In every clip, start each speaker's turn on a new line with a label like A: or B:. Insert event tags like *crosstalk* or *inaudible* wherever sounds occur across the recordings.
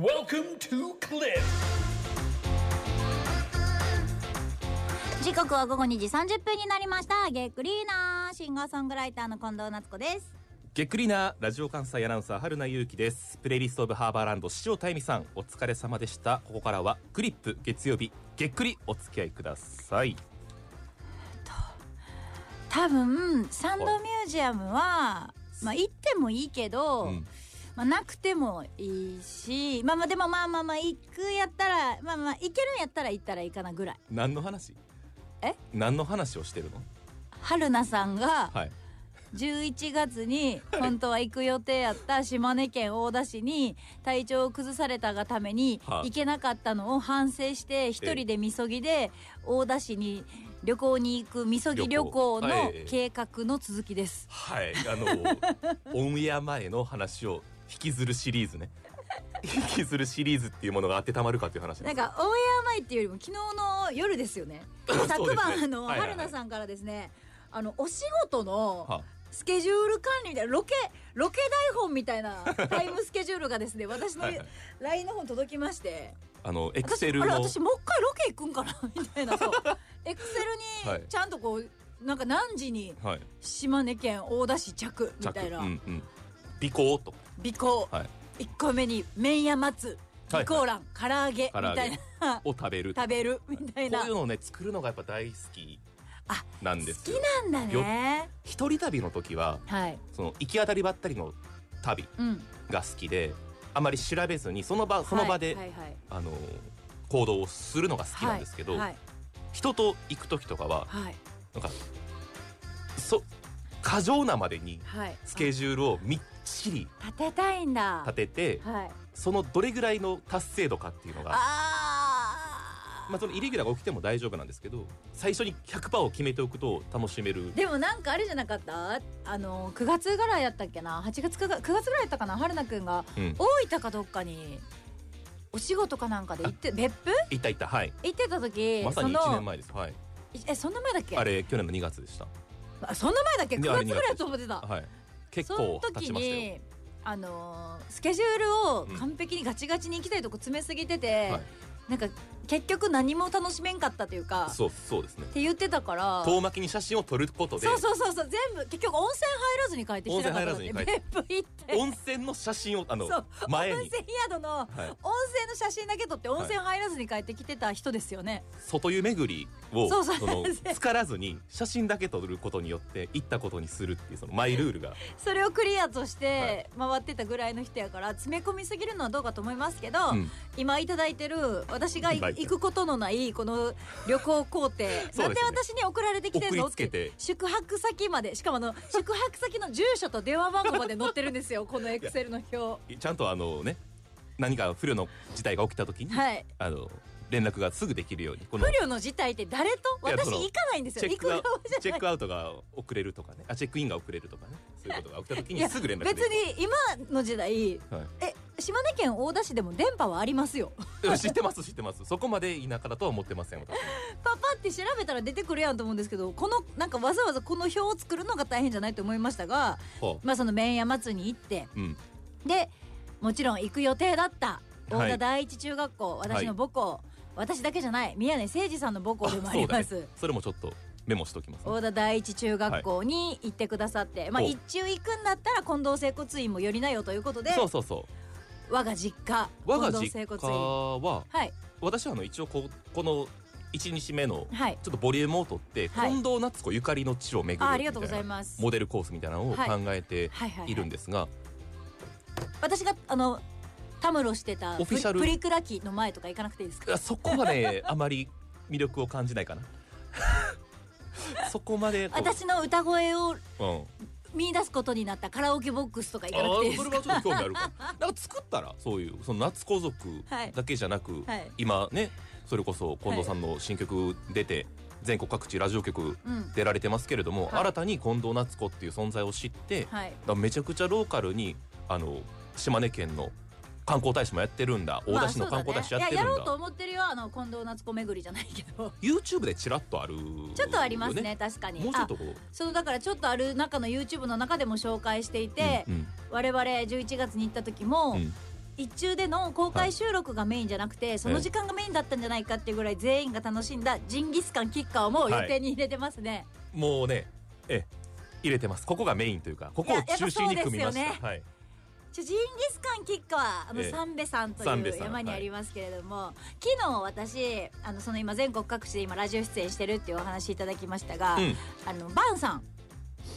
A: Welcome to Cliff.
B: 時刻は午後2時30分になりましたゲックリーナーシンガーソングライターの近藤夏子です
C: げっくりなラジオ関西アナウンサー春名ゆうきですプレイリストオブハーバーランド師匠たいみさんお疲れ様でしたここからはクリップ月曜日げっくりお付き合いください
B: 多分サンドミュージアムはまあ行ってもいいけど、
C: うん
B: まあ、なくてもいいしまあまあでもまあまあまあ行くやったらまあまあ行けるんやったら行ったらいいかなぐらい
C: 何の話
B: え
C: 何の話をしてるの
B: 春菜さんが
C: はい
B: 11月に本当は行く予定やった島根県大田市に体調を崩されたがために
C: はあ
B: 行けなかったのを反省して一人でみそぎで大田市に旅行に行くみそぎ旅行
C: 旅行
B: の
C: ええ
B: 計画の続きです。
C: はいあの
B: *laughs*
C: オンエア前の話を引きずるシリー
B: *laughs*
C: ズね引きずるシリーズっていうものが当てたまるかっていう話
B: な
C: で
B: ん
C: す
B: かオンエア前っていうよりも昨日の夜ですよね
C: *laughs* そう
B: 昨
C: ですね
B: 晩あの
C: はいはいは
B: 春
C: い
B: 菜さんからですねあのお仕事
C: は
B: のスケジュール管理みたいなロケロケ台本みた
C: *laughs*
B: いなタイムスケジュールがですね私の
C: はいはい
B: LINE の方に届きまして
C: あのエク
B: 私
C: セ
B: あれ
C: ルの
B: 私もう一回ロケ行くんかなみたいな
C: *laughs*
B: そうエクセル
C: は
B: に
C: い
B: ちゃんとこうなんか何時に
C: はい
B: 島根県大田市着み
C: 着
B: たいな
C: うんうん尾行と
B: 尾行
C: はい
B: 1個目に麺屋松
C: はい
B: 尾行欄唐揚げみ
C: 唐揚げ
B: たいな。
C: を食べる
B: 食べるみたいな
C: こういうのをね作るのがやっぱ大好き
B: あ
C: なんです
B: 好
C: よ
B: きなんだね
C: 一人旅の時は
B: はい
C: その行き当たりばったりの旅
B: うん
C: が好きであまり調べずにその場その場で、
B: はいはい
C: あの行動をするのが好きなんですけど、
B: はいはい
C: 人と行く時とかは
B: はい
C: なんかそ過剰なまでに
B: はい
C: スケジュールをみっちり
B: あ立てたいんだ
C: 立てて
B: はい
C: そのどれぐらいの達成度かっていうのが
B: あー
C: まあ、そのイレギュラーが起きても大丈夫なんですけど最初に100%を決めておくと楽しめる
B: でもなんかあれじゃなかったあの9月ぐらいやったっけな8月9月 ,9 月ぐらいやったかな春菜くんが
C: うん
B: 大分かどっかにお仕事かなんかで行って別府
C: いったいったはい
B: 行ってた時
C: まさに
B: そ
C: 1
B: の
C: 年前ですはい
B: えそんな前だっけ
C: あれ去年の2月でした
B: あそんな前だっけ9
C: であれ
B: 月ぐらいだと思ってた
C: はい結
B: その
C: 構経
B: 時
C: ちましたよ
B: にあのースケジュールを
C: うん
B: 完璧にガチガチに行きたいとこ詰めすぎてて、
C: はい
B: なんか結局何も楽しめんかったというか
C: そうそうですね
B: って言ってたから
C: 遠巻きに写真を撮ることで
B: そうそうそうそう全部結局温泉入らずに帰ってきてなかったの
C: 温
B: で
C: 泉入らず
B: 別府行って
C: *laughs* 温泉の写真をあの
B: そう
C: 前
B: 温
C: に
B: 泉宿の温
C: はい
B: 泉の写真だけ撮って温泉入らずに帰ってきてた人ですよね、
C: 外湯巡りを
B: そうそう
C: の
B: そうそう
C: つからずに写真だけ撮ることによって行ったことにするっていうそのマイルールが
B: それをクリアとして回ってたぐらいの人やから詰め込みすぎるのはどうかと思いますけど、
C: うん
B: 今いただいてる私がい
C: 今いただいて
B: 行
C: る
B: くことのないこの旅行工
C: *laughs*
B: 程、
C: すね
B: なんで私に送られてきてるの
C: 送りつけて
B: って宿泊先までしかもあの宿泊先の住所と電話番号まで載ってるんです
C: *laughs*
B: よこのエクセルの表
C: ちゃんとあのね何か不慮の事態が起きた時に、
B: はい
C: あの連絡がすぐできるようにこの
B: 不慮の事態って誰と
C: いや
B: 私
C: その
B: 行かないんです
C: チ
B: よ
C: ェッ
B: 行
C: ク
B: く
C: ア
B: 側
C: ウ
B: じゃない
C: チェックアウトが遅れるとかねあチェックインが遅れるとかねそういうことが起きた時
B: い
C: に
B: や
C: すぐ連絡でき
B: 別
C: る
B: に今の時代
C: はい
B: え島根県大田市でも電波はありますよ
C: でも知ってます知ってますそこまで田舎だとは思ってません私
B: パパって調べたら出てくるやんと思うんですけどこのなんかわざわざこの表を作るのが大変じゃないと思いましたが
C: ほ
B: まあその麺屋祭りに行って
C: ううん
B: でもちろん行く予定だった
C: は
B: 大
C: い
B: 田第一中学校、私の母校、私だけじゃない宮根誠司さんの母校でもありま
C: そう
B: す、
C: だねそれもちょっとメモしときますね、
B: 大田第一中学校に行ってくださって、まあ
C: お
B: 一中行くんだったら近藤整骨院も寄りなよということで
C: そうそうそう
B: 我が実家
C: 我が
B: 近藤
C: 実
B: 整
C: 家
B: 骨院
C: は
B: はい
C: 私はあの一応ここの1日目の
B: はい
C: ちょっとボリュームを取って、
B: はい
C: 近藤夏子ゆかりの地を巡るみたい
B: あ
C: な
B: ありがとうございます
C: モデルコースみたいなのを考えて
B: はいはいはい
C: いるんですが、
B: 私があのたむろしてた
C: オフィシャル
B: プリプリクラ期の前とか行かなくていいですか
C: そこまであまり魅力を感じないかな *laughs* そこまでこう
B: 私の歌声を
C: うん
B: 見出すことになったカラオケボックスとか行
C: あ
B: かなくていいで
C: ー
B: す
C: それ
B: か
C: はちょっと興味ある
B: *laughs*
C: かもなんか作ったらそういうその夏子族
B: はい
C: だけじゃなく、
B: はい
C: 今ねそれこそ近藤さんの新曲出て、全国各地ラジオ局
B: うん
C: 出られてますけれども、
B: はい
C: 新たに近藤夏子っていう存在を知って、だか
B: はい
C: らめちゃくちゃローカルにあの島根県の観光大使もやってるんだ大田市の観光大使やってるん
B: まあそうだねいややろう
C: だ,、
B: と思ってるよあの近藤夏子巡りじゃないけど
C: YouTube でちらっとある、
B: ちょっとありますね確かに
C: もうちょっとこう
B: あそのだからちょっとある中の YouTube の中でも紹介していて、
C: うん
B: 我々11月に行った時も、
C: うんうん
B: 一中での公開収録がメインじゃなくて、その時間がメインだったんじゃないかっていうぐらい全員が楽しんだジンギスカンキッカーも予定に入れてますね、
C: もうねええ入れてますここがメインというかここ
B: いや
C: を
B: やっぱ
C: 中心に組みました、
B: そうですよね
C: はい
B: ちょジンギスカンキッカーはあの
C: ええ
B: 三瓶さんと
C: 三
B: い
C: 瓶
B: う
C: さん
B: 山にありますけれども、昨日私あのその今全国各地で今ラジオ出演してるっていうお話いただきましたが、
C: うん
B: あのバンさん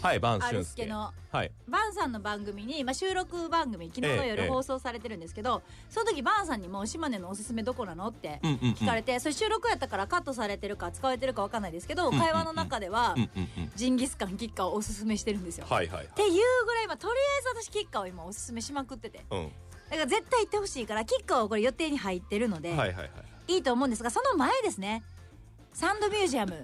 C: はい晩
B: アル
C: 春
B: スケ
C: 介
B: の
C: はい
B: バンさんの番組に、まあ、収録番組昨日の
C: えええ
B: 夜
C: え
B: 放送されてるんですけど、その時バンさんにも「島根のおすすめどこなの?」って
C: うんうんうん
B: 聞かれて、それ収録やったからカットされてるか使われてるかわかんないですけど、
C: んうん
B: 会話の中では、
C: うんうんうん
B: ジンギスカンキッカーをおすすめしてるんですよ。
C: はいはいはい
B: っていうぐらい、まあ、とりあえず私キッカーを今おすすめしまくってて
C: うん
B: だから絶対行ってほしいからキッカーはこれ予定に入ってるので、
C: はいはいはい
B: い、いと思うんですがその前ですねサンドミュージアム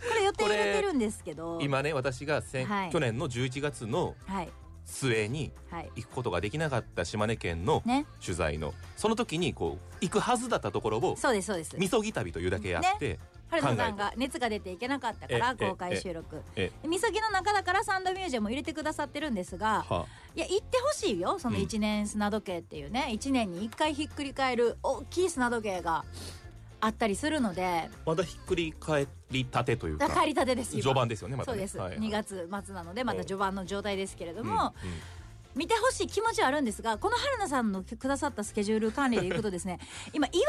B: これ予定入れてるんですけど
C: 今ね私が先、
B: はい
C: 去年の11月の
B: はい
C: 末に
B: はい
C: 行くことができなかった島根県の
B: ね
C: 取材の、その時にこう行くはずだったところを
B: そうですそうです
C: みそぎ旅というだけやって、
B: 春野さんが熱が出ていけなかったから
C: ええ
B: 公開収録
C: え
B: でみそぎの中だからサンドミュージアム入れてくださってるんですが
C: はい
B: や行ってほしいよその
C: うん
B: 一年砂時計っていうね、一年に一回ひっくり返る大きい砂時計があったりするので
C: まだひっくり返りたてというか
B: 帰りたてです今
C: 序盤ですよねま
B: そ
C: た
B: う
C: ね
B: です、
C: はいはい
B: 2月末なのでまだ序盤の状態ですけれど
C: うん
B: も、
C: うん
B: 見てほしい気持ちはあるんですがこの春菜さんのくださったスケジュール管理でいくとです
C: *laughs*
B: ね今石見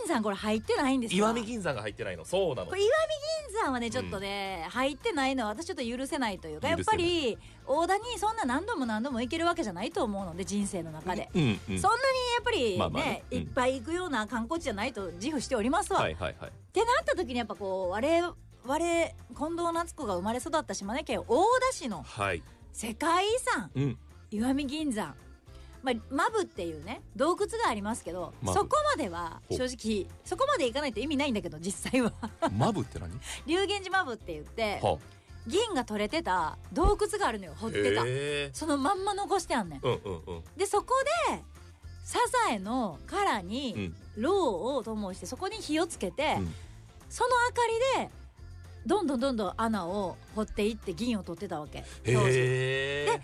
B: 銀山これ入ってないんですよ
C: 石見銀山が入ってないのそうなの
B: これ銀山はねちょっとね、入ってないのは私ちょっと許せないというかやっ
C: 許せ
B: ぱ
C: ない
B: り大田にそんな何度も何度も行けるわけじゃないと思うので人生の中で。
C: うんうん
B: そんなにや
C: ま
B: っぱ
C: あま
B: り
C: あ
B: ね
C: ねうん
B: いっぱい行くような観光地じゃないと自負しておりますわ。
C: は
B: っ
C: いはいはい
B: てなった時にやっぱこう我々近藤夏子が生まれ育った島根県大田市の
C: はい
B: 世界遺産
C: うん *laughs*
B: 石見銀山、まあ、マブっていうね洞窟がありますけど
C: マブ
B: そこまでは
C: ほう
B: 正直そこまで行かないと意味ないんだけど実際は *laughs*
C: マブって何
B: 龍源寺マブって言って
C: は
B: 銀が取れてた洞窟があるのよ掘ってた
C: へえ
B: そのまんま残してあんねん
C: うんうんうん
B: でそこでサザエの殻に、
C: うん
B: ろうを灯してそこに火をつけて、
C: うん
B: その明かりでどんどんどんどん穴を掘っていって銀を取ってたわけ当時
C: へえ
B: だか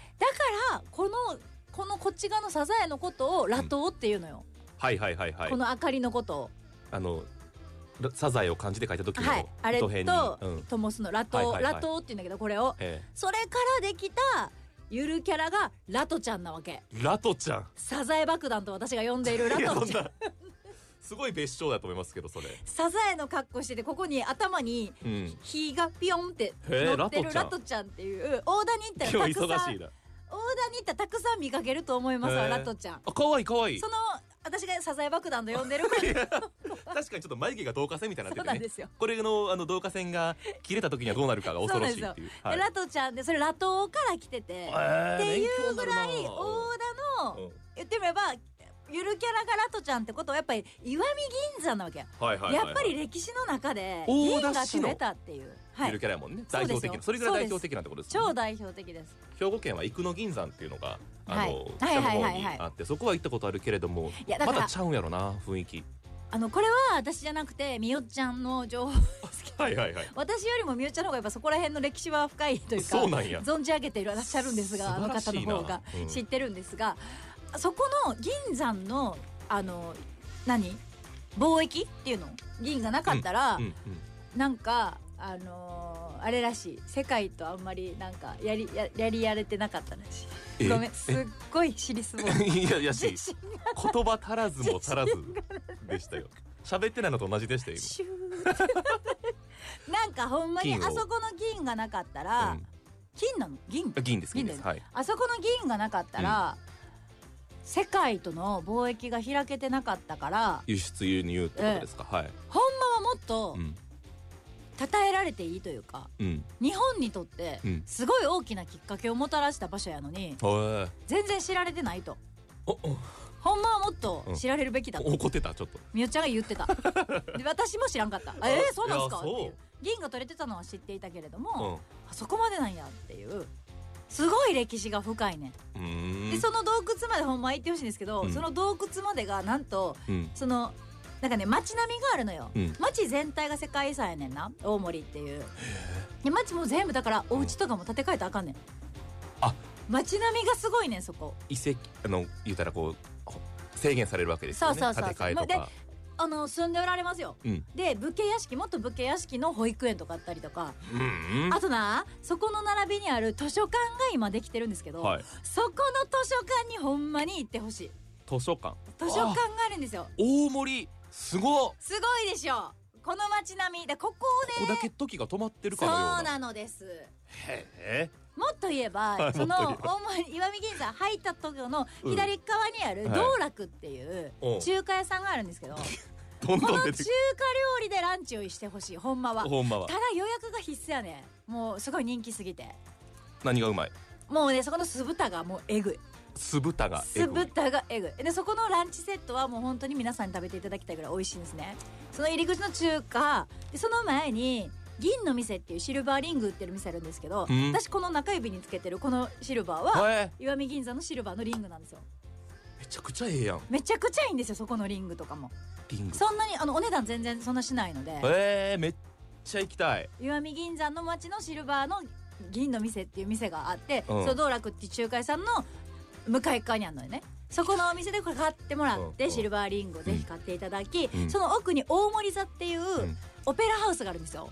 B: らこのこのこっち側のサザエのことをラトウっていうのよ、
C: はいはいはいはい
B: この明かりのことを
C: あのらサザエを漢字で書いた時の
B: はいあれ
C: 糸
B: と
C: 編にうん
B: 灯すのラトウ、
C: はいはいはい
B: ラトウっていうんだけどこれを
C: え
B: それからできたゆるキャラがラトちゃんなわけ
C: えラトちゃん
B: サザエ爆弾と私が呼んでいるラ
C: い *laughs* や
B: ト
C: そん
B: ちゃん
C: なすごい別称だと思いますけどそれ
B: サザエの格好しててここに頭に
C: うん
B: 火がピョンって
C: へえ
B: 乗ってるラ
C: ラ
B: ト
C: ト
B: ちゃんっていう大田に行 *laughs* った
C: 今
B: ら
C: 日
B: たくさ
C: 忙
B: ん
C: しいな
B: 大田に行ったらたくさん見かけると思いますわ
C: へえ
B: ラトちゃん
C: あ可愛い可愛い
B: その私がサザエ爆弾と呼んでるぐらい
C: 確かにちょっと眉毛が導火線みたいになって
B: そう
C: て
B: な
C: ね
B: んですよ
C: これのあの導火線が切れた時にはどうなるかが恐ろしいっていう
B: でラトちゃんでそれラトウから来ててっていうぐらい大田の言ってみればゆるキャラがラトちゃんってことはやっぱり石見銀山なわけよ
C: はいはいはい
B: や
C: はい
B: っぱり歴史の中で銀
C: 大田
B: が
C: 市
B: 取
C: の
B: れたっていうは
C: ゆる
B: い
C: キャラやもんね
B: そう
C: 代
B: ですよ
C: 表的なそれぐらい代表的なってことですよね
B: 超代表的です
C: 兵庫県は生野銀山っていうのがあの、
B: はい
C: 北の
B: はいは
C: 方
B: いはい
C: に
B: はい
C: あってそこは行ったことあるけれども
B: いやだか
C: ま
B: ら
C: だちゃうんやろな雰
B: *laughs*
C: 囲気
B: あのこれは私じゃなくてみよちゃんの情報
C: はいはいはい
B: 私よりもみよちゃんの方がやっぱそこら辺の歴史は深いというか
C: そうなんや
B: 存じ上げていらっしゃるんですがあ
C: 素
B: の
C: 晴らし
B: 方
C: いな
B: の方が
C: うん
B: 知ってるんですが、そこの銀山のあの何貿易っていうの銀がなかったら、
C: うんうん
B: なんかあのーあれらしい世界とあんまりなんかやりややりやれてなかったらしい
C: え
B: ごめんすっごい知りすぼう
C: いやいやし
B: 自信が
C: 言葉足らずも足らずでしたよ喋ってないのと同じでしたよ
B: シューってなんかほんまに
C: 金を
B: あそこの銀がなかった
C: 今
B: ら、金なの銀
C: うん銀です銀です
B: 銀だ
C: はい
B: あそこの銀がなかったら、世界との貿易が開けてなかったから
C: 輸出輸入ってことですか、はい、
B: ほんまはもっと
C: うん、
B: 称えられていいというか
C: うん
B: 日本にとって
C: うん
B: すごい大きなきっかけをもたらした場所やのに
C: おい
B: 全然知られてないと
C: おお
B: ほんまはもっと知られるべきだと
C: 怒ってたちょっと
B: みよちゃんが言ってたで私も知らんか
C: *laughs*
B: った「えー、そうなんすか?」っ
C: いやそう
B: ていう銀が取れてたのは知っていたけれど
C: う
B: も、
C: ん
B: あそこまでなんやっていうすごい歴史が深いね、
C: うーん
B: でその洞窟までほんまは行ってほしいんですけど、
C: うん
B: その洞窟までがなんと
C: うん
B: そのなんかね街並みがあるのよ、
C: うん
B: 街全体が世界遺産やねんな大森っていうで街も全部だからお家とかも建て替えたらあかんねん、
C: あ
B: 街並みがすごいねんそこ
C: 遺跡あの言うたらこうほ制限されるわけですよね
B: そうそうそう
C: 建て替えとか
B: あの住んでおられますよ
C: うん
B: で武家屋敷もっと武家屋敷の保育園とかあったりとか
C: うんうん
B: あとなそこの並びにある図書館が今できてるんですけど、
C: はい
B: そこの図書館にほんまに行ってほしい
C: 図書館
B: 図書館があるんですよ
C: 大森すごっこ
B: すごいでしょこの街並みでここをね
C: こだけ時が止まってるか
B: そう
C: のような
B: なのです
C: へえ
B: もっと言えば、
C: はい
B: その
C: も
B: 大
C: っと言
B: 森岩見銀山入ったところの
C: うん
B: 左側にある
C: はい
B: 道楽っていう
C: うん
B: 中華屋さんがあるんですけど、
C: どん
B: こ
C: ど
B: の中華
C: ん出
B: 料
C: てくる
B: 理でランチをしてほしいほんまは
C: ほんま
B: た
C: は
B: だ予約が必須やねもうすごい人気すぎて
C: 何がうまい
B: もうねそこの酢豚がもうえぐい
C: 酢豚がえ
B: 酢
C: ぐい
B: 豚がえぐいでそこのランチセットはもう本当に皆さんに食べていただきたいぐらい美味しいんですねその入り口の中華でその前に銀の店っていうシルバーリング売ってる店あるんですけど、
C: うん
B: 私この中指につけてるこのシルバーは
C: へえ
B: 石見銀座のシルバーのリングなんですよ
C: めちゃくちゃええやん
B: めちゃくちゃいいんですよそこのリングとかも
C: リング
B: そんなにあのお値段全然そんなしないので
C: えー、めっちゃ行きたい
B: 石見銀山の町のシルバーの銀の店っていう店があって、
C: うん
B: その道楽っていう中華屋さんの向かい側にあるのよねそこのお店でこれ買ってもらって、
C: うん
B: シルバーリンゴをぜひ買っていただき、
C: うん
B: その奥に大森座っていう
C: うん
B: オペラハウスがあるんですよ、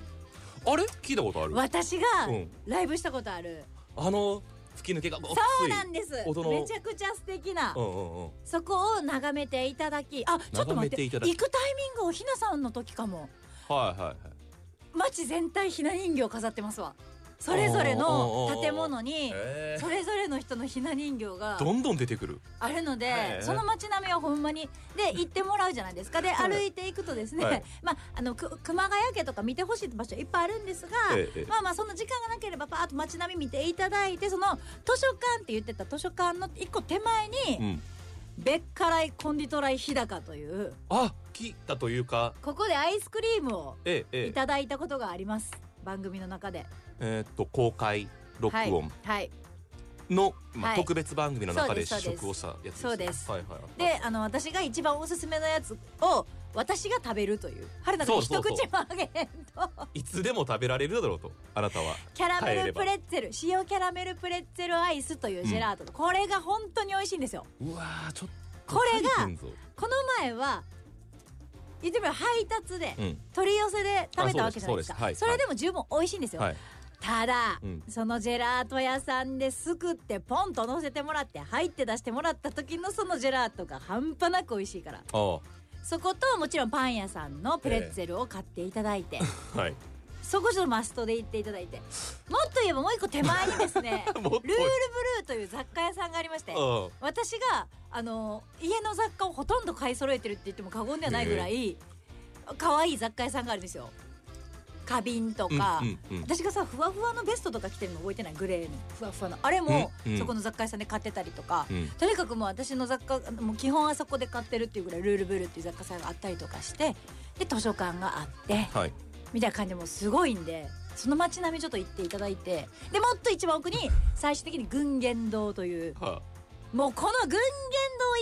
C: あれ聞いたことある
B: 私が
C: うん
B: ライブしたことある、
C: あの吹き抜けがごっつい
B: そうなんですめ
C: 音の
B: ちゃくちゃ素敵な、
C: うんうんうん
B: そこを眺めていただきあちょっと待って
C: 眺めていただき
B: 行くタイミングおひなさんの時かも
C: はいはいはい
B: 街全体ひな人形飾ってますわそれぞれの建物に
C: え
B: それぞれの人のひな人形が
C: ー、どんどん出てくる
B: あるので、
C: へえ
B: その街並みはほんまにで行ってもらうじゃないですかで
C: い
B: 歩いていくとですね、
C: はい
B: *laughs* まああのく熊谷家とか見てほしい場所いっぱいあるんですが、
C: ええええ
B: まあまあその時間がなければパーッと街並み見ていただいてその図書館って言ってた図書館の一個手前
C: う
B: に、
C: ん
B: ベッカライコンディトライ日高という
C: あ聞いたというか
B: ここでアイスクリームを
C: えー、
B: い
C: えー、
B: ただいたことがあります番組の中で
C: えーっと公開録
B: はい
C: 音
B: はい
C: の、まあ
B: はい
C: 特別番組の中で
B: そう
C: 試
B: ですそうです
C: 食をしたやつです
B: そうです
C: はいはい
B: であの私が一番おすすめのやつを私が食べるという春菜が
C: そう
B: 一口
C: そう
B: も
C: そう
B: あげへん
C: *laughs*
B: と
C: いつでも食べられるだろうとあなたは
B: キャラメ
C: 帰れ
B: ル
C: ば
B: プレッツェル塩キャラメルプレッツェルアイスというジェラート、これが本当に美味しいんですよ
C: うわーちょっと
B: これが
C: 大変ぞ
B: この前は言ってみれば配達で、
C: うん
B: 取り寄せで食べたわけじゃないですかそ
C: あそうですそうですはい
B: れでも十分美味しいんですよ、
C: はい
B: ただ、
C: うん
B: そのジェラート屋さんですくってポンと乗せてもらって入って出してもらった時のそのジェラートが半端なく美味しいから
C: ああ
B: そこともちろんパン屋さんのプレッツェルを買っていただいて、
C: はい
B: そこちょっとマストで行っていただい
C: *laughs*
B: てもっと言えばもう一個手前にですねルール
C: もっと
B: ブルーという雑貨屋さんがありまして
C: うん
B: 私があの家の雑貨をほとんど買い揃えてるって言っても過言ではないぐらい可愛い雑貨屋さんがあるんですよ花瓶とか、
C: うんうんうん
B: 私がさふわふわのベストとか着てるの覚えてないグレーのふわふわのあれも、
C: うんうん
B: そこの雑貨屋さんで買ってたりとか、
C: うん
B: とにかくもう私の雑貨もう基本あそこで買ってるっていうぐらいルールブルーっていう雑貨屋さんがあったりとかしてで図書館があって
C: はい
B: みたいな感じでもうすごいんでその街並みちょっと行っていただいてでもっと一番奥に最終的に群言堂という
C: は
B: もうこの群言堂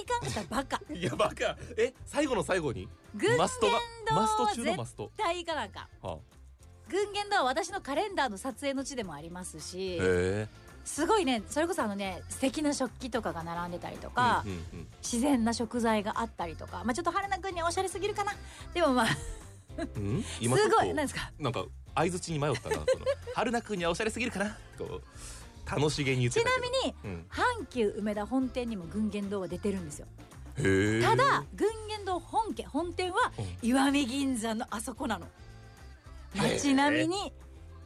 B: 行かんかったらバカ
C: あいやバカえ最後の最後に
B: 群言堂
C: *laughs* マストがマス
B: は
C: ト中のマ
B: 絶
C: スト
B: 対行かなんか
C: はあ
B: 群言堂は私のカレンダーの撮影の地でもありますし
C: へえ
B: すごいねそれこそあのね素敵な食器とかが並んでたりとか、
C: うんうん
B: 自然な食材があったりとかまあちょっと春菜くんにはおしゃれすぎるかなで
C: *laughs*
B: もまあす
C: うんうん今ちょっ
B: ごい
C: と
B: なんですか
C: なんか相槌に迷ったなそ
B: *laughs*
C: の春菜くんにはおしゃれすぎるかなと楽しげに言っ
B: ち
C: てた
B: な
C: け
B: み
C: ど
B: に
C: うん
B: 阪急梅田本店にも群言堂は出てるんですよ
C: へえ
B: ただ群言堂本家本店は
C: う
B: 石見銀山のあそこなの
C: へえ
B: 街並みに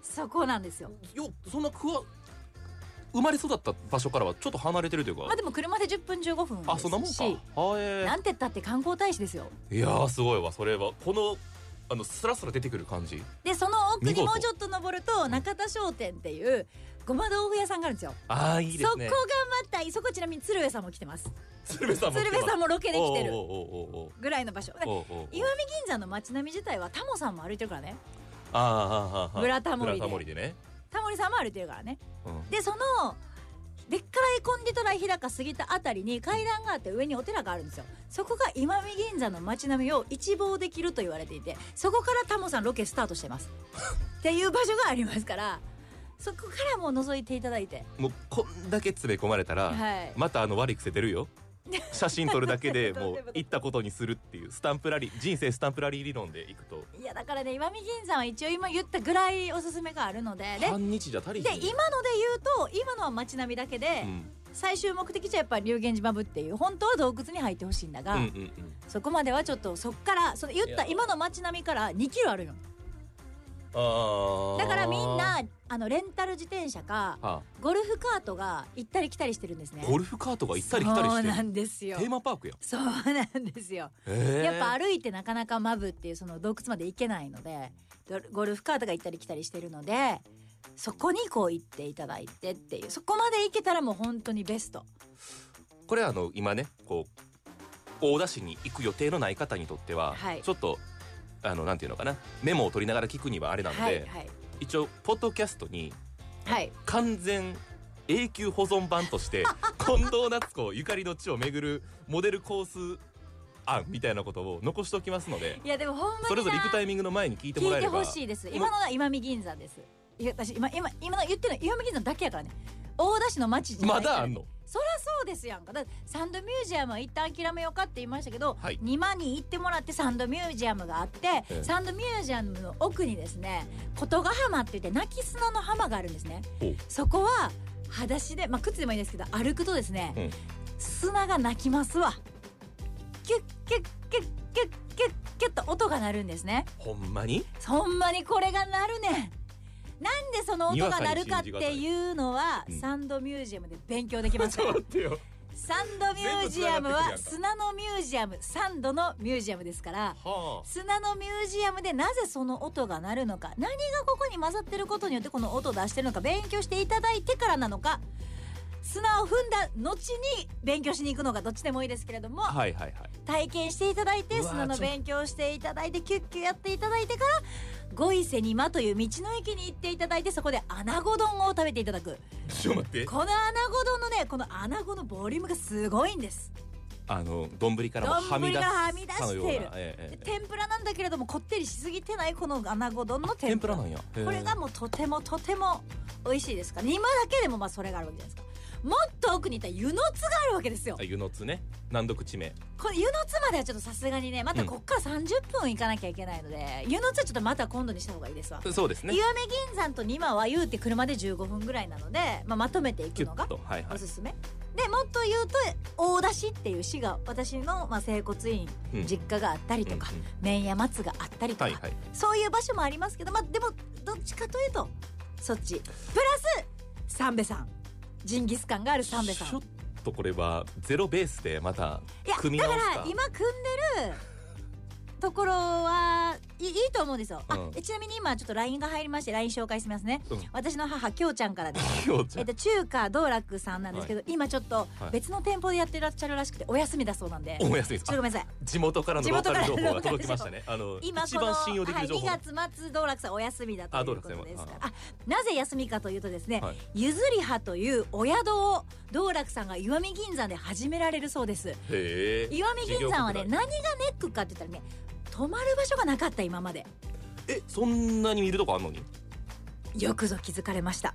B: そこなんですよ
C: よそんなくわ生まれ育った場所からはちょっと離れてるというか、
B: まあでも車で10分15分
C: あそんなも
B: で
C: ん
B: す
C: か
B: し
C: はえ
B: なんて言ったって観光大使ですよ
C: いやーすごいわそれはこのあのスラスラ出てくる感じ
B: でその奥
C: 見
B: に
C: 事
B: もうちょっと登ると中田商店っていうごま豆腐屋さんがあるんですよ
C: ああいいですね
B: そこがまたそこちなみに鶴瓶さんも来てます
C: 鶴瓶さんも来て
B: 鶴
C: ます
B: 瓶さんもロケで来てる
C: おうおうおうおうおう
B: ぐらいの場所で
C: おうおうおう
B: 岩見銀山の街並み自体はタモさんも歩いてるからね
C: ああああああ
B: ブラタモリで
C: ブラタモリでね、
B: タモリさんも歩いてるからね
C: うん
B: でそのでっからいコンディトラ日高過ぎたあたりに階段があって上にお寺があるんですよそこが今見銀座の街並みを一望できると言われていてそこからタモさんロケスタートしてます
C: *laughs*
B: っていう場所がありますからそこからもう覗いていただいて
C: もうこんだけ詰め込まれたら、
B: はい
C: またあの悪い癖出
B: *laughs*
C: るよ写真撮るだけで
B: どういう
C: も
B: こと
C: う行ったことにするっていうスタンプラリー人生スタンプラリー理論でいくと
B: いやだからね今見銀座は一応今言ったぐらいおすすめがあるのでで
C: 半日じゃ足り
B: で
C: ひ
B: 今
C: ん
B: ので言うと今のは街並みだけで、
C: うん
B: 最終目的地はやっぱり龍源寺マブっていう本当は洞窟に入ってほしいんだが、
C: うんうんうん
B: そこまではちょっとそっからその言った今の街並みから2キロあるよ
C: あー
B: だからみんなあのレンタル自転車か
C: あ
B: ゴルフカートが行ったり来たりしてるんですね
C: ゴルフカートが行ったり来たりして
B: そうな
C: る
B: んですよ
C: テーマパークやん、
B: そうなんですよ、
C: え
B: やっぱ歩いてなかなかマブっていうその洞窟まで行けないのでゴルゴルフカートが行ったり来たりしてるのでそこにこう行っていただいてっていうそこまで行けたらもう本当にベスト
C: これはあの今ねこう大田市に行く予定のない方にとっては、
B: はい
C: ちょっとあのなんていうのかなメモを取りながら聞くにはあれなので、
B: はいはい
C: 一応ポッドキャストに
B: はい
C: 完全永久保存版として
B: *laughs*
C: 近藤夏子ゆかりの地を巡るモデルコース案みたいなことを残しておきますので
B: いやでもほんまにな
C: それぞれ行くタイミングの前に聞いても
B: 聞い
C: らえ
B: て
C: れ
B: ほ
C: ば
B: しいです今のは今見銀座ですいや私今今今の言ってるのは今見銀座だけやからね大田市の町じゃな
C: ま
B: いから
C: だあんの
B: そらそうですやんかだってサンドミュージアムは一旦諦めようかって言いましたけど、
C: はい
B: 2万人行ってもらってサンドミュージアムがあって、
C: え
B: サンドミュージアムの奥にですね琴ヶ浜って言って泣き砂の浜があるんですね
C: ほう
B: そこは裸足でまあ靴でもいいですけど歩くとですね、
C: うん
B: 砂が鳴きますわキュッキュッキュッキュッキュッキュッと音が鳴るんですね
C: ほんまに
B: ほんまにこれが鳴るねんなんでその音が鳴るかっていうのは
C: に信じがたいうん
B: サンドミュージアムで勉強できます
C: ちょっ *laughs* と待ってよ
B: サンドミュージアムは
C: 全部つ
B: 砂のミュージアムサンドのミュージアムですから
C: は
B: 砂のミュージアムでなぜその音が鳴るのか何がここに混ざってることによってこの音を出してるのか勉強していただいてからなのか砂を踏んだ後に勉強しに行くのがどっちでもいいですけれども、
C: あはいはいはい
B: 体験していただいうて
C: わー
B: 砂の勉強をしていただいてキュッキュやっていただいてから五伊勢にまという道の駅に行っていただいてそこで穴子丼を食べていただく
C: ちょっと待って
B: この穴子丼のねこの穴子のボリュームがすごいんです
C: あの丼からもはみ出
B: 丼
C: す
B: がはみ出
C: かのよう
B: している
C: なええ
B: で
C: ええ
B: 天ぷらなんだけれどもこってりしすぎてないこの穴子丼の天
C: 天
B: ぷ
C: ぷ
B: ら
C: らなんや
B: これがもうとてもとても美味しいですから今だけでもまあそれがあるわけじゃないですかもっと奥に行ったら湯の津があるわけですよ
C: あ湯の津ね難読地名
B: この湯の津まではちょっとさすがにねまたこっから30分行かなきゃいけないので、湯の津はちょっとまた今度にした方がいいですわ、
C: そうですね
B: 岩目銀山と二万は言うて車で15分ぐらいなので、まあ、まとめてい
C: キ
B: く
C: ュ
B: の
C: ッ
B: が
C: とはいは
B: お
C: い
B: すすめ、でもっと言うと大田市っていう市が私のまあ整骨院、
C: うん
B: 実家があったりとか、
C: うんうん
B: 麺屋松があったりとか、
C: はいはい
B: そういう場所もありますけど、まあ、でもどっちかというとそっちプラス三瓶さんジンギスカンがある三瓶さん
C: ちょっとこれはゼロベースでまた
B: いや
C: 組み直すか
B: だから今組んでるところはいいいと思うんですよ、
C: うん
B: あちなみに今ちょっと LINE が入りまして LINE 紹介しますね、
C: うん
B: 私の母きょうちゃんからです
C: きょうち
B: え
C: ゃ
B: っ
C: ん
B: と中華道楽さんなんですけど、今ちょっと別の店舗でやってらっしゃるらしくてお休みだそうなんで、ちょっ
C: お休みです
B: とごめんなさい
C: 地元からのローカル情
B: *laughs*
C: 報が届きましたね。あの
B: 今
C: 一
B: この
C: 番信用できる情報。
B: はい、2月末道楽さんお休みだと
C: あ
B: い
C: 道
B: うこと
C: 楽さんは
B: ですからあなぜ休みかというとですね、
C: はい
B: ゆずりはというお宿を道楽さんが石見銀山で始められるそうです
C: へえ。
B: 石見銀山はね
C: 事業拡
B: 何がネックかって言ったらね泊まる場所がなかった今まで
C: 大えそんなに見るとこあんのに。
B: よくぞ気づかれました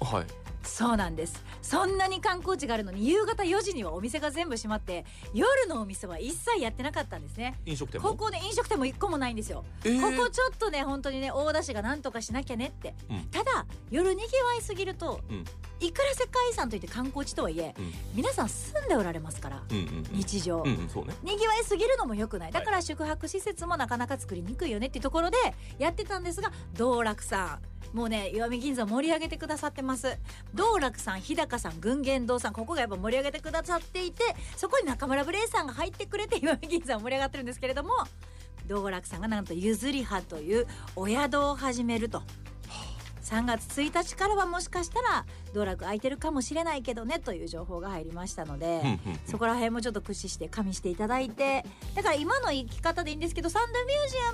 C: はい。
B: そうなんですそんなに観光地があるのに夕方4時にはお店が全部閉まって夜のお店は一切やってなかったんですね
C: 飲食店も。
B: ここね飲食店も一個もないんですよ、
C: えー
B: ここちょっとね本当にね大田市がなんとかしなきゃねって、
C: うん
B: ただ夜にぎわいすぎると
C: うん
B: いくら世界遺産といって観光地とはいえ、
C: うん
B: 皆さん住んでおられますから、
C: うんうんうん。
B: 日常、
C: うんうんそうね。
B: にぎわいすぎるのも良くないだから宿泊施設もなかなか作りにくいよねっていうところでやってたんですが道楽さんもうね石見銀山盛り上げてくださってます道楽さん日高さん群言堂さんここがやっぱ盛り上げてくださっていてそこに中村ブレイさんが入ってくれて石見銀山盛り上がってるんですけれども道後楽さんがなんとゆずり派というお宿を始めると。3月1日からはもしかしたら道楽空いてるかもしれないけどねという情報が入りましたので
C: うんうんうん
B: そこら辺もちょっと駆使して加味していただいてだから今の行き方でいいんですけどサンドミュージア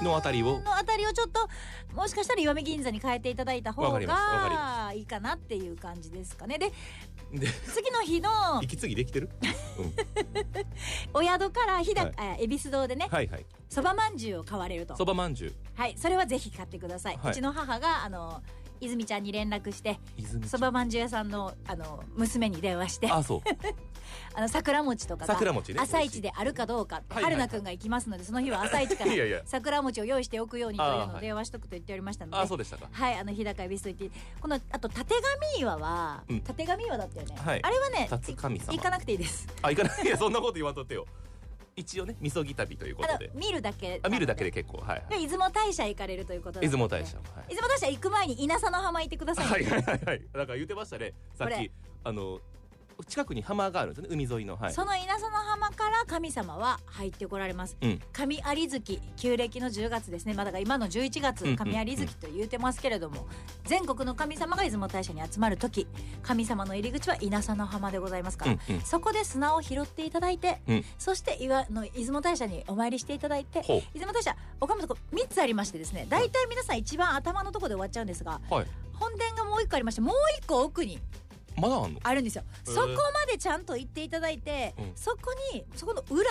B: ム
C: のあたりを
B: のあたりをちょっともしかしたら石見銀座に変えていただいた
C: わ
B: 方
C: かりますわかり
B: がいいかなっていう感じですかね。で
C: で
B: 次の日の
C: 息継ぎで
B: *laughs*
C: きてる、うん、
B: お宿から日
C: は
B: 高、あ恵比寿堂でね
C: はいはい
B: そばまんじゅうを買われると
C: そばまんじゅう
B: はいそれはぜひ買ってください、
C: はいう
B: ちの母があの泉ちゃんに連絡して
C: 泉
B: そばまんじゅう屋さんのあの娘に電話して
C: あそう
B: あの桜餅とかが
C: 桜餅ね
B: 朝一であるかどうかって
C: はいはいは
B: 春
C: い
B: 菜くんが行きますのでその日は朝一か
C: *laughs* いやい
B: ら
C: や
B: 桜餅を用意しておくようにという
C: あー
B: の
C: は
B: を
C: い
B: 電話しとくと言っておりましたので
C: あそうでしたか
B: はいあの日高恵比寿と言ってこのあとたてがみ岩は
C: うん
B: たてがみ岩だったよね、
C: はい
B: あれはね
C: 辰神様
B: い行かなくていいです
C: あ行かないいや *laughs* そんなこと言わんとってよ一応ねみそぎ旅というこ
B: あ
C: と
B: の
C: で
B: 見るだけ
C: あ見るだけで結構はい、は、
B: で出雲大社行かれるということないので
C: 出雲大社も
B: 出雲大社行く前に稲佐の浜行ってください、
C: はい、はいはいはいはいだから言ってましたねさっ
B: こ
C: き
B: れ
C: あの近くに浜があるんですよね海沿いのはい
B: その稲佐の浜から神様は入ってこられます、
C: うん
B: 神有月旧暦の10月ですねまあだから今の11月
C: うんうん
B: 神有月と言うてますけれども、全国の神様が出雲大社に集まる時神様の入り口は稲佐の浜でございますから、
C: うんうん
B: そこで砂を拾っていただいて、
C: うん
B: そして岩の出雲大社にお参りしていただいて
C: ほ
B: 出雲大社岡本こ3つありましてですね大体皆さん一番頭のとこで終わっちゃうんですが
C: うはい
B: 本殿がもう一個ありましてもう一個奥に
C: まだあんの
B: あるんですよ、
C: ー
B: そこまでちゃんと行っていただいて、
C: うん
B: そこにそこの裏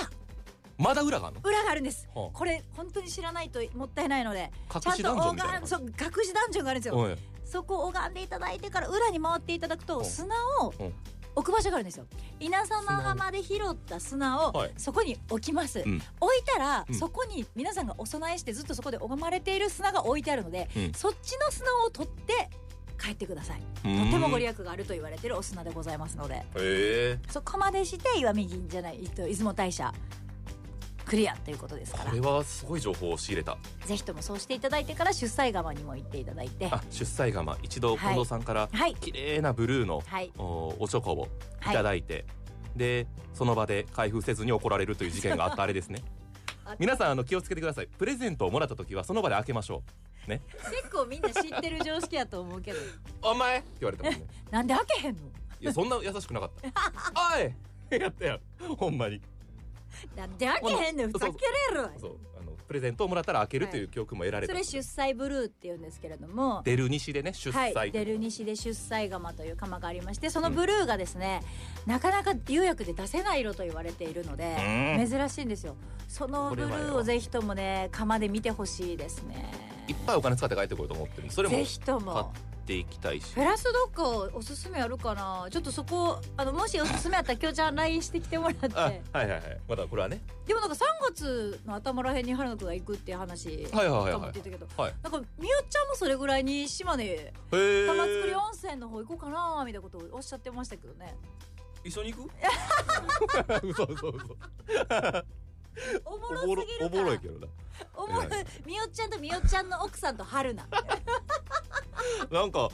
C: まだ裏があんの
B: 裏があるんです、
C: はあ
B: これ本当に知らないともったいないので
C: 隠
B: ちゃん
C: し
B: と
C: ダンジョンみたいな
B: 拝んそう隠しダンジョンがあるんですよ、
C: はい
B: そこを拝んでいただいてから裏に回っていただく
C: う
B: と
C: ん
B: 砂を
C: うん
B: 置く場所があるんですよ稲佐の浜で拾った砂を
C: はい
B: そこに置きます、
C: ん
B: 置いたら、
C: うん
B: そこに皆さんがお供えしてずっとそこで拝まれている砂が置いてあるので、
C: うん
B: そっちの砂を取って帰ってくださいと
C: と
B: てもご利益があると言われてるお砂でございますので
C: ええ
B: そこまでして石見銀じゃないえっと出雲大社クリアということですから
C: これはすごい情報を仕入れた
B: ぜひともそうしていただいてから出西窯にも行っていただいて
C: あ出西窯一
B: は
C: 度
B: い
C: 近藤さんから
B: はい
C: 綺麗なブルーの
B: はい
C: おおチョコをいただいて、でその場で開封せずに怒られるという事件があったあれで
B: *laughs*
C: すね
B: あった
C: 皆さんあの気をつけてくださいプレゼントをもらった時はその場で開けましょ
B: *laughs*
C: うね
B: 結構みんな知ってる常識やと思うけど
C: お前って言われたもんね
B: *laughs* なんで開けへんの *laughs*
C: いやそんな優しくなかったおいや *laughs* ったやんほんまに
B: なんで開けへんの
C: ほ
B: ふ
C: な
B: ざけれるわ
C: そうあのプレゼントをもらったら開ける
B: はい
C: という教訓も得られ
B: そ
C: た、
B: れ出西ブルーっていうんですけれども
C: 出る西でね出西、
B: はい、出る西で出西窯という窯がありましてそのブルーがですね、なかなか釉薬で出せない色と言われているので、
C: うん
B: 珍しいんですよその
C: こ
B: ブ
C: れ
B: ル
C: は
B: ーをぜひともね窯で見てほしいですね
C: いっぱいお金使って帰ってこようと思ってるんでそれも
B: ぜ
C: 買
B: ひとも
C: っていきたいし
B: フラスどこおすすめあるかなちょっとそこあのもしおすすめあったらきょうちゃん LINE してきてもらって
C: あはいはいはいまだこれはね
B: でもなんか3月の頭らへんに春野くんが行くっていう話か
C: はいはいはい
B: も
C: は
B: って言ったけど、
C: いはい
B: なんかみゆちゃんもそれぐらいに島根
C: へー
B: 玉造り温泉の方行こうかなみたいなことをおっしゃってましたけどね
C: 一緒に行 *laughs* く嘘嘘嘘
B: おも
C: お
B: ろ
C: ぼろ
B: すぎ
C: お
B: るか
C: ぼ
B: ら
C: ろいけどな
B: おもろい
C: はい
B: みよちゃんとみよちゃんの奥さんと春
C: *laughs*
B: 菜
C: なんか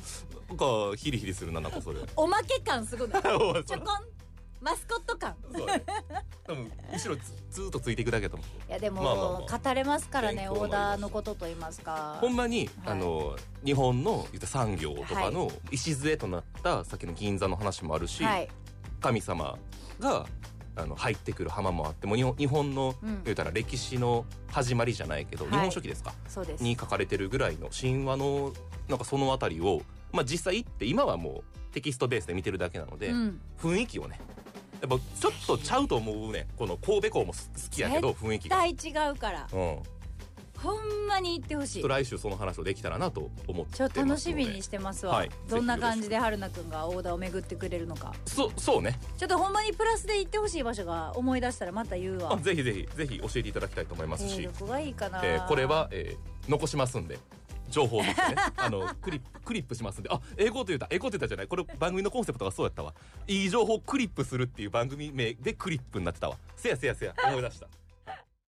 C: なんかヒリヒリするななんか *laughs* それ
B: おまけ感すごいね
C: おい
B: ち
C: そ
B: ょ
C: ら
B: こんマスコット感
C: そうだね多分後ろずずーっとついていくだけだと思う
B: いやでも、
C: まあまあまあ
B: 語れますからね
C: 勉強にな
B: オ
C: りま
B: ー
C: す
B: ダーのことと言いますか
C: ほんまに、
B: はい
C: あの日本の言った産業とかの礎となった、さっきの銀座の話もあるし、
B: はい
C: 神様があの入ってくる浜もあっても日本日本の、
B: うん
C: 言うたら歴史の始まりじゃないけど、
B: はい
C: 日本書紀ですか
B: そうです
C: に書かれてるぐらいの神話のなんかその辺りを、まあ、実際行って今はもうテキストベースで見てるだけなので、
B: うん、
C: 雰囲気をねやっぱちょっとちゃうと思うねこの神戸港もす好きやけど雰囲気
B: 絶
C: が。
B: 対違うから
C: うん、
B: ほんまに行ってほし
C: ちょっ
B: い
C: と来週その話をできたらなと思ってます
B: ちょ
C: の
B: っ
C: で
B: と楽しみにしてますわ、
C: はい
B: どんな感じ
C: ぜ
B: で
C: ひ
B: 春菜くんがオーダーを巡ってくれるのか
C: そそうね
B: ちょっとほんまにプラスで行ってほしい場所が思い出したらまた言う
C: あ
B: わ
C: ぜひぜひぜひ教えていただきたいと思います
B: えー
C: し
B: ど、こがいいかな、
C: えーこれは、えー残しますんで情報としてねあのクリップクリップしますんであ英語と言った英語と言ったじゃないこれ番組のコンセプトがそうやったわいい情報をクリップするっていう番組名でクリップになってたわせやせやせや思い出した